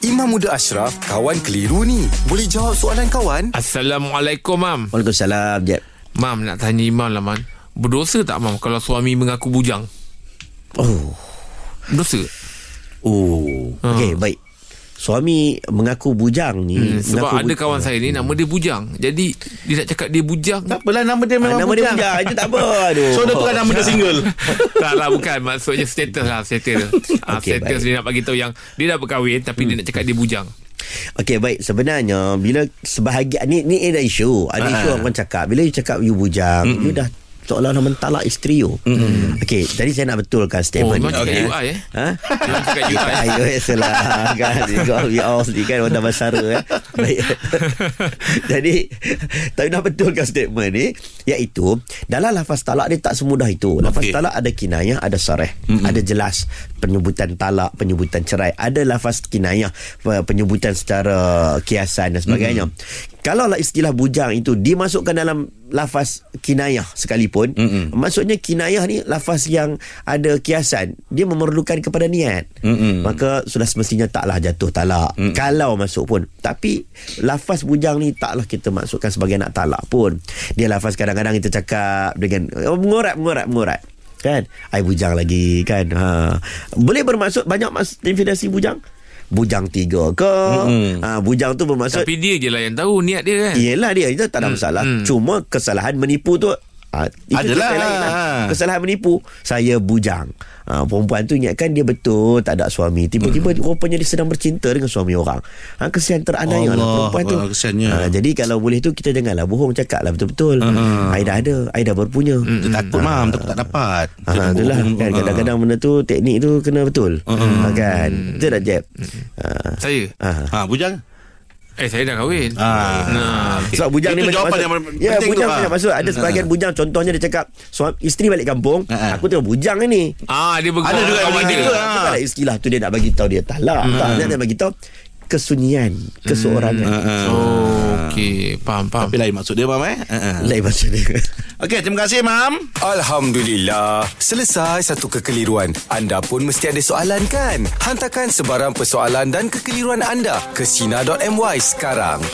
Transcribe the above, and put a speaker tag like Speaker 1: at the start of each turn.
Speaker 1: Imam Muda Ashraf, kawan keliru ni. Boleh jawab soalan kawan?
Speaker 2: Assalamualaikum, Mam.
Speaker 3: Waalaikumsalam Jeb
Speaker 2: Mam nak tanya Imam lah, Mam. Berdosa tak, Mam, kalau suami mengaku bujang?
Speaker 3: Oh
Speaker 2: Berdosa?
Speaker 3: Oh
Speaker 2: Ha.
Speaker 3: Okey baik Suami mengaku bujang ni
Speaker 2: Hmm,
Speaker 3: hmm,
Speaker 2: sebab ada kawan saya ni, nama dia bujang. Jadi, dia nak cakap dia bujang.
Speaker 4: Tak apalah nama dia memang
Speaker 3: Ah, Nama dia
Speaker 4: bujang.
Speaker 3: bujang Itu tak apa Aduh.
Speaker 4: So dia tukar nama dia single.
Speaker 2: tak lah, bukan. Maksudnya status lah, status. Ah,
Speaker 3: Okey,
Speaker 2: status
Speaker 3: baik.
Speaker 2: dia nak bagi tahu yang dia dah berkahwin tapi
Speaker 4: Hmm.
Speaker 2: dia nak cakap dia bujang.
Speaker 3: Okey baik sebenarnya bila sebahagian ni ni ada isu ada isu orang cakap bila you cakap you bujang mm you dah seolah-olah mentalak isteri you. Mm-hmm. Okey, jadi saya nak betulkan
Speaker 2: Oh,
Speaker 3: statement
Speaker 2: Imam
Speaker 3: ni.
Speaker 2: cakap
Speaker 3: Okey.
Speaker 2: UI eh.
Speaker 3: Ha?
Speaker 2: Imam cakap UI.
Speaker 3: Ayo selah ya, kan We all sendiri kan Orang dah bersara eh. Baik Jadi Tapi nak betulkan statement ni Iaitu Dalam lafaz talak ni Tak semudah itu Lafaz
Speaker 4: Okey.
Speaker 3: talak ada kinayah Ada sareh mm-hmm. Ada jelas Penyebutan talak Penyebutan cerai Ada lafaz kinayah pe- Penyebutan secara Kiasan dan sebagainya mm-hmm. Kalau lah istilah bujang itu Dimasukkan dalam Lafaz kinayah Sekalipun mm-hmm. Maksudnya kinayah ni Lafaz yang Ada kiasan Dia memerlukan kepada niat mm-hmm. Maka Sudah semestinya Taklah jatuh talak mm-hmm. Kalau masuk pun Tapi Lafaz bujang ni Taklah kita masukkan Sebagai nak talak pun Dia lafaz kadang-kadang Kita cakap Dengan oh, Mengorat Mengorat Mengorat Kan Air bujang lagi Kan ha. Boleh bermaksud Banyak mas- definisi bujang Bujang tiga ke mm-hmm. ha, Bujang tu bermaksud
Speaker 2: Tapi dia je lah yang tahu niat dia kan.
Speaker 3: Yelah dia Itu tak ada masalah
Speaker 2: hmm.
Speaker 3: Cuma kesalahan menipu tu Ha, itu
Speaker 4: Adalah.
Speaker 3: cerita lain lah. Kesalahan menipu Saya bujang ha, Perempuan tu ingatkan dia betul Tak ada suami Tiba-tiba rupanya dia sedang bercinta Dengan suami orang ha, Kesian teranaya lah
Speaker 4: Allah,
Speaker 3: perempuan tu Ah,
Speaker 4: wah, kesiannya.
Speaker 3: Jadi kalau boleh tu Kita janganlah bohong Cakap lah betul-betul uh-huh. Aida ada Aida berpunya
Speaker 4: Dia Hmm, takut lah. mam, takut tak dapat.
Speaker 3: Hmm. Ha, itulah kan kadang-kadang benda tu teknik tu kena betul. Ha, kan. Betul tak Jeb? Ha.
Speaker 2: Saya.
Speaker 3: Ha.
Speaker 4: Ha bujang.
Speaker 2: Eh, saya dah kahwin.
Speaker 4: Ah.
Speaker 2: Nah.
Speaker 3: Sebab bujang
Speaker 4: Itu
Speaker 3: ni banyak
Speaker 4: jawapan
Speaker 3: masuk. Ya,
Speaker 4: yang penting tu,
Speaker 3: bujang
Speaker 4: ah.
Speaker 3: banyak masuk. Ada sebahagian bujang contohnya dia cakap, "Suami isteri balik kampung,
Speaker 4: Ah, ah.
Speaker 3: aku tengok bujang ni."
Speaker 2: Ah, dia bergurau.
Speaker 4: Ada juga yang macam tu lah.
Speaker 3: Bukanlah istilah tu dia nak bagi tahu dia talak.
Speaker 4: Hmm.
Speaker 3: Tak, dia nak bagi tahu kesunyian,
Speaker 4: Hmm. Ah,
Speaker 3: keseorangan.
Speaker 2: Oh, okey. Faham, faham.
Speaker 4: Tapi lain maksud dia mam eh. Ha.
Speaker 3: Lain maksud dia.
Speaker 4: Okey, terima kasih mam.
Speaker 1: Alhamdulillah. Selesai satu kekeliruan. Anda pun mesti ada soalan kan? Hantarkan sebarang persoalan dan kekeliruan anda ke Sina.my sekarang.